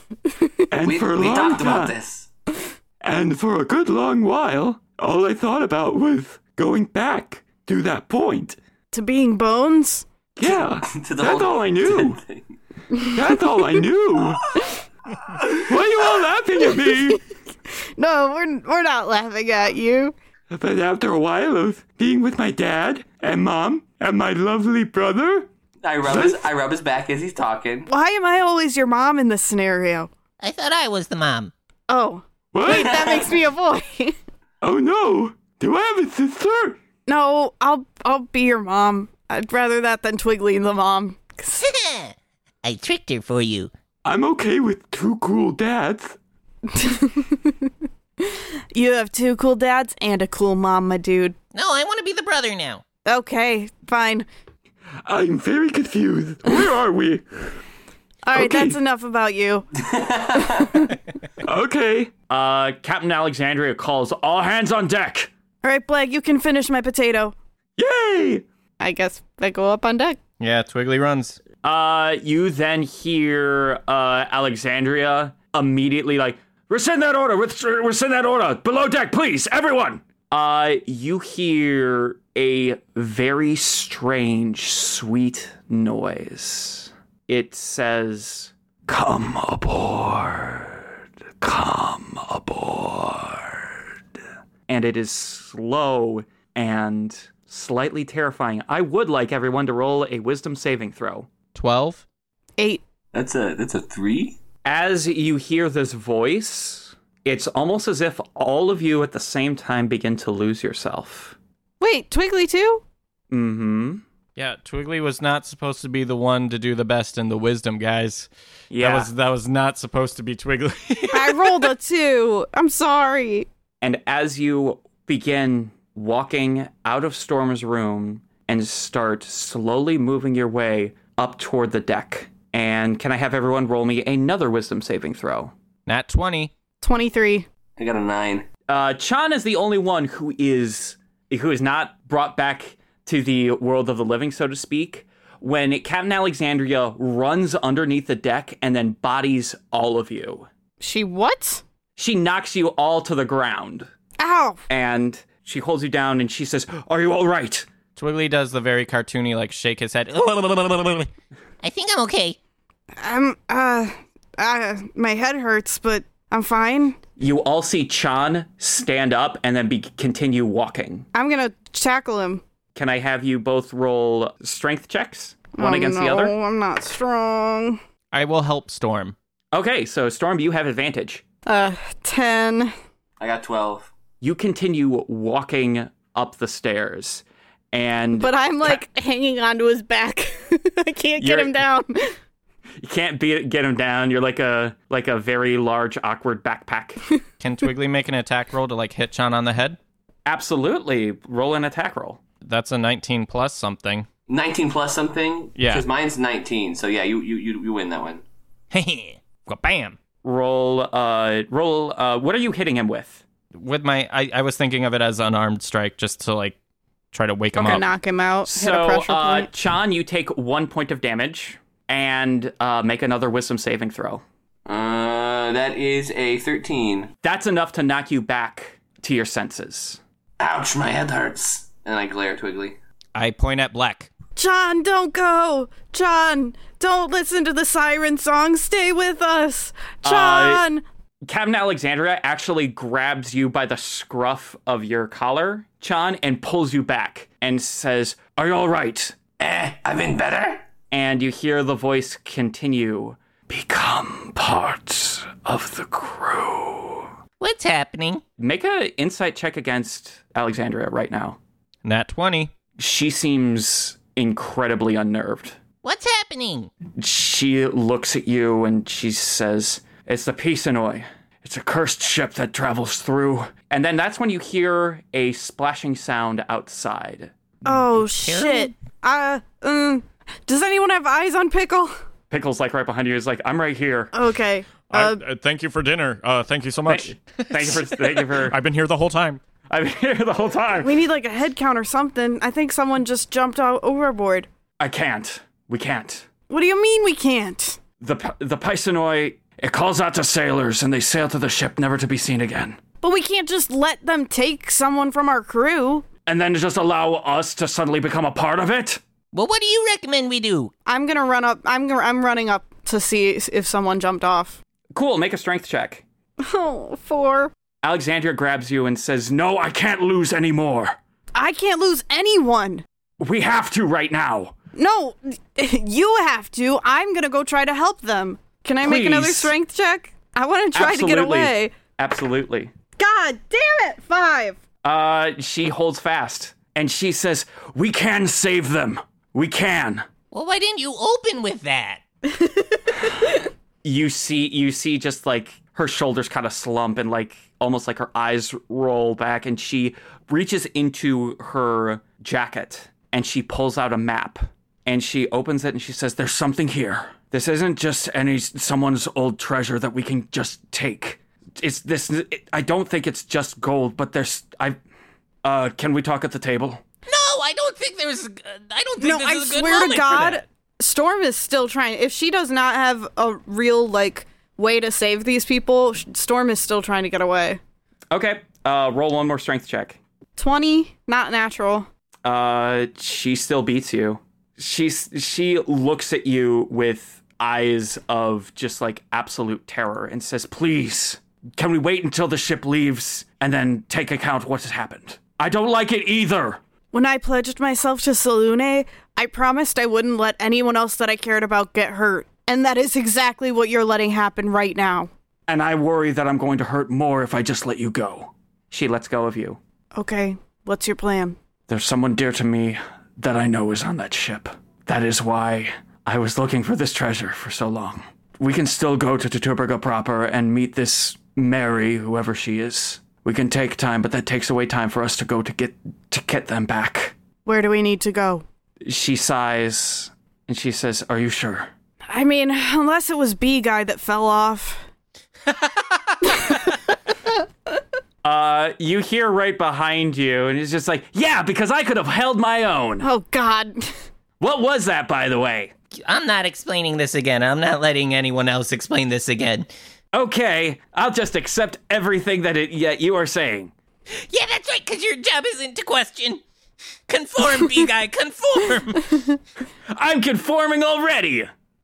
And We, for a we long talked time, about this. and for a good long while, all I thought about was going back to that point. to being bones? Yeah, To the that's whole- all I (laughs) knew. That's all I knew. Why are you all laughing at me? No, we're we're not laughing at you. But after a while of being with my dad and mom and my lovely brother, I rub his I rub his back as he's talking. Why am I always your mom in this scenario? I thought I was the mom. (laughs) Oh, what? (laughs) that makes me a boy. Oh no! Do I have a sister? no, I'll I'll be your mom. I'd rather that than Twiggly the mom. I tricked her for you. I'm okay with two cool dads. You have two cool dads and a cool mom, my dude. No, I want to be the brother now. Okay, fine. I'm very confused. Where are we? All right, Okay. that's enough about you. Okay. Uh, Captain Alexandria calls all hands on deck. All right, Blake, you can finish my potato. Yay! I guess I go up on deck. Yeah, Twiggly runs. Uh, you then hear uh, Alexandria immediately like rescind that order. Res- Rescind that order. Below deck, please, everyone. Uh, you hear a very strange, sweet noise. It says, "Come aboard. Come aboard." And it is slow and slightly terrifying. I would like everyone to roll a wisdom saving throw. 12. Eight. That's a that's a three. as you hear this voice, it's almost as if all of you at the same time begin to lose yourself. Wait, Twiggly (laughs) too? Mm-hmm. Yeah, Twiggly was not supposed to be the one to do the best in the wisdom, guys. Yeah. That was that was not supposed to be Twiggly. (laughs) I rolled a two. I'm sorry. And as you begin walking out of Storm's room and start slowly moving your way up toward the deck, and can I have everyone roll me another wisdom saving throw? not 20. 23. I got a nine. uh, Chan is the only one who is who is not brought back to the world of the living, so to speak. When Captain Alexandria runs underneath the deck and then bodies all of you, She what? she knocks you all to the ground Ow. and she holds you down and she says, "Are you all right?" Twiggly does the very cartoony, like shake his (laughs) head. I think I'm okay. I'm, uh, uh, my head hurts, but I'm fine. You all see Chan stand up and then be- continue walking. I'm gonna tackle him. Can I have you both roll strength checks, one against the other? Oh, No, I'm not strong. I will help Storm. Okay, so Storm, you have advantage. Uh, 10. I got twelve. you continue walking up the stairs and But I'm like (laughs) hanging onto his back. (laughs) I can't get You're- him down. you can't be, get him down you're like a like a very large awkward (laughs) backpack Can (laughs) Twiggly make an attack roll to like hit Chan on the head? absolutely roll an attack roll That's a 19 plus something. (laughs) Nineteen plus something. Yeah. Because mine's nineteen. So yeah, you you you, you win that one. Bam. roll uh roll uh what are you hitting him with With my, I, I was thinking of it as unarmed strike just to like try to wake him Okay, up. knock him out. hit a so pressure uh point. chan you take one point of damage and uh make another wisdom saving throw Uh, that is a thirteen. that's enough to knock you back to your senses Ouch, my head hurts. And I glare at Twiggly. I point at Black. John, don't go. John, don't listen to the siren song. Stay with us. John. Captain Alexandria actually grabs you by the scruff of your collar, Chan, and pulls you back and says, Are you all right? Eh, I've been better. And you hear the voice continue, Become part of the crew. What's happening? Make a insight check against Alexandria right now. Nat 20. She seems incredibly unnerved. What's happening? She looks at you and she says, It's the Pisanoi. It's a cursed ship that travels through. And then that's when you hear a splashing sound outside. oh, shit. Uh, mm, does anyone have eyes on Pickle? Pickle's like right behind you. Is like, I'm right here. Okay. Uh, thank you for dinner. Uh, thank you so much. Thank you for, thank you (laughs) for, I've been here the whole time. I've been here the whole time. we need like a head count or something. I think someone just jumped out overboard. I can't. We can't. What do you mean we can't? The, P- the Pisanoi, it calls out to sailors and they sail to the ship never to be seen again. But we can't just let them take someone from our crew. and then just allow us to suddenly become a part of it? Well, what do you recommend we do? I'm gonna run up. I'm gonna, I'm running up to see if someone jumped off. (laughs) Cool, make a strength check. Oh, four. Alexandria grabs you and says, No, I can't lose anymore. I can't lose anyone. We have to right now. No, (laughs) you have to. I'm gonna go try to help them. Can I make another Please. strength check? I want to try Absolutely. to get away. Absolutely. God damn it! Five. Uh, she holds fast and she says, We can save them. We can. Well, why didn't you open with that? you see you see just like her shoulders kind of slump and like almost like her eyes roll back and she reaches into her jacket and she pulls out a map and she opens it and she says there's something here this isn't just any someone's old treasure that we can just take it's this it, i don't think it's just gold but there's i uh can we talk at the table No, I don't think there's. Uh, I don't think No, this I is a good swear moment to for God, that. Storm is still trying. If she does not have a real like way to save these people, Sh- Storm is still trying to get away. okay uh roll one more strength check Twenty, not natural. Uh, she still beats you. She's she looks at you with eyes of just like absolute terror and says, "Please, can we wait until the ship leaves and then take account what has happened? I don't like it either." When I pledged myself to Salune, I promised I wouldn't let anyone else that I cared about get hurt, and that is exactly what you're letting happen right now. And I worry that I'm going to hurt more if I just let you go. She lets go of you. Okay, what's your plan? There's someone dear to me that I know is on that ship. That is why I was looking for this treasure for so long. We can still go to Tuturberga proper and meet this Mary, whoever she is. We can take time, but that takes away time for us to go to get to get them back. Where do we need to go? She sighs and she says, "Are you sure?" I mean, unless it was B guy that fell off. Uh, you hear right behind you, and it's just like, "Yeah, because I could have held my own." Oh God. (laughs) What was that, by the way? I'm not explaining this again. I'm not letting anyone else explain this again. Okay, I'll just accept everything that it, that you are saying. Yeah, that's right, because your job isn't to question. Conform, (laughs) B guy, conform. I'm conforming already.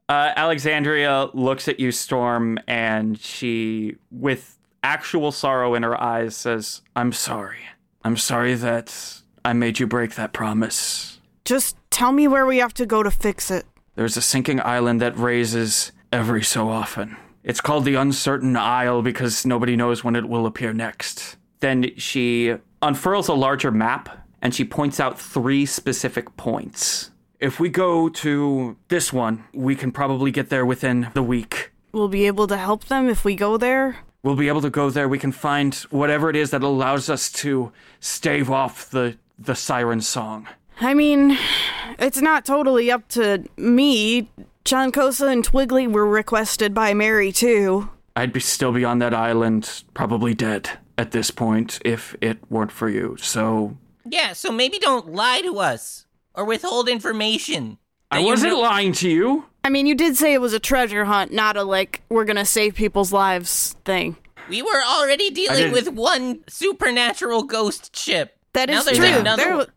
Uh, Alexandria looks at you, Storm, and she, with actual sorrow in her eyes, says, I'm sorry. I'm sorry that I made you break that promise. Just tell me where we have to go to fix it. There's a sinking island that raises every so often. It's called the Uncertain Isle because nobody knows when it will appear next. Then she unfurls a larger map and she points out three specific points. If we go to this one, we can probably get there within the week. We'll be able to help them if we go there. We'll be able to go there. We can find whatever it is that allows us to stave off the, the siren song. I mean, it's not totally up to me. Chancosa and Twiggly were requested by Mary too. I'd be still be on that island, probably dead at this point if it weren't for you. So yeah, so maybe don't lie to us or withhold information. I that you wasn't know- lying to you. I mean, you did say it was a treasure hunt, not a like we're gonna save people's lives thing. We were already dealing didn't- with one supernatural ghost ship. That Now is there's true. another There- one.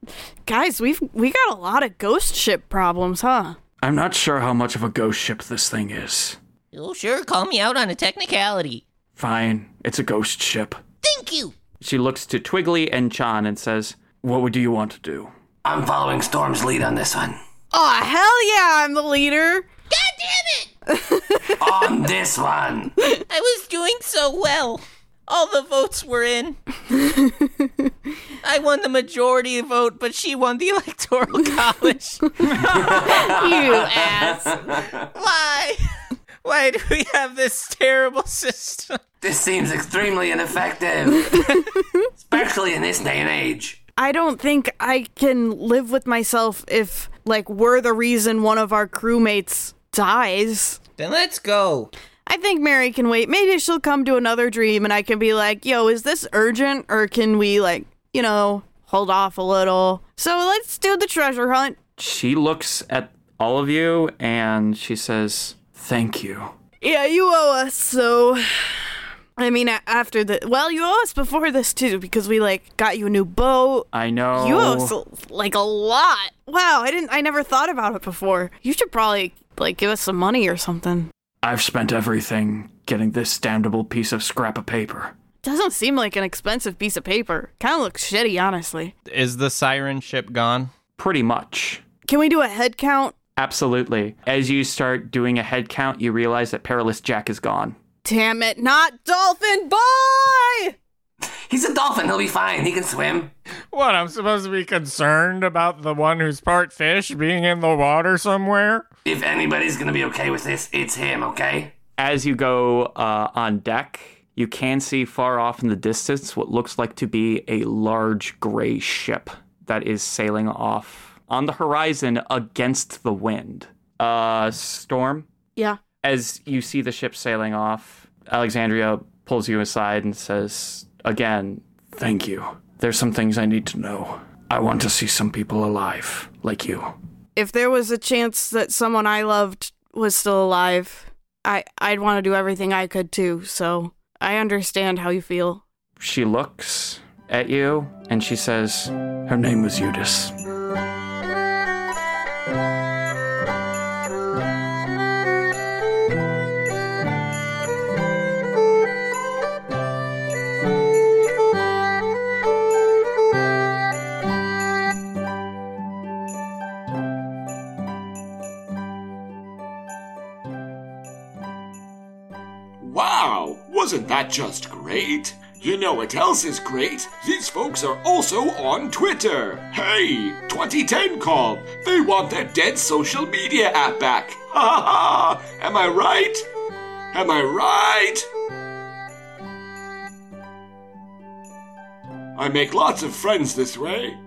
guys, we've we got a lot of ghost ship problems, huh? I'm not sure how much of a ghost ship this thing is. Oh, sure, call me out on a technicality. Fine, it's a ghost ship. Thank you. She looks to Twiggly and Chan and says, What would you want to do? I'm following Storm's lead on this one. Oh hell yeah, I'm the leader. God damn on this one. it! I was doing so well. All the votes were in. I won the majority vote, but she won the electoral college. You (laughs) ass. Why? Why do we have this terrible system? This seems extremely ineffective, especially in this day and age. I don't think I can live with myself if, like, we're the reason one of our crewmates dies. Then let's go. I think Mary can wait. Maybe she'll come to another dream and I can be like, yo, is this urgent or can we, like, you know, hold off a little? So let's do the treasure hunt. She looks at all of you and she says, Thank you. Yeah, you owe us, so (sighs) I mean, a- after the well, you owe us before this too because we like got you a new boat. I know. You owe us like a lot. Wow, I didn't. I never thought about it before. You should probably like give us some money or something. I've spent everything getting this damnable piece of scrap of paper. Doesn't seem like an expensive piece of paper. Kind of looks shitty, honestly. Is the siren ship gone? Pretty much. Can we do a head count? Absolutely. As you start doing a head count, you realize that Perilous Jack is gone. Damn it, not Dolphin Boy! He's a dolphin. He'll be fine. He can swim. What, I'm supposed to be concerned about the one who's part fish being in the water somewhere? If anybody's gonna be okay with this, it's him. Okay. As you go uh, on deck, you can see far off in the distance what looks like to be a large gray ship that is sailing off on the horizon against the wind. Uh, Storm, Yeah. as you see the ship sailing off, Alexandria pulls you aside and says, Again, thank you. There's some things I need to know. I want to see some people alive, like you. If there was a chance that someone I loved was still alive, I I'd want to do everything I could too. So I understand how you feel. She looks at you and she says, Her name was Eudice. Wow, wasn't that just great? You know what else is great? These folks are also on Twitter. Hey, 2010 call. They want their dead social media app back. (laughs) Ha ha ha! Am I right? Am I right? I make lots of friends this way.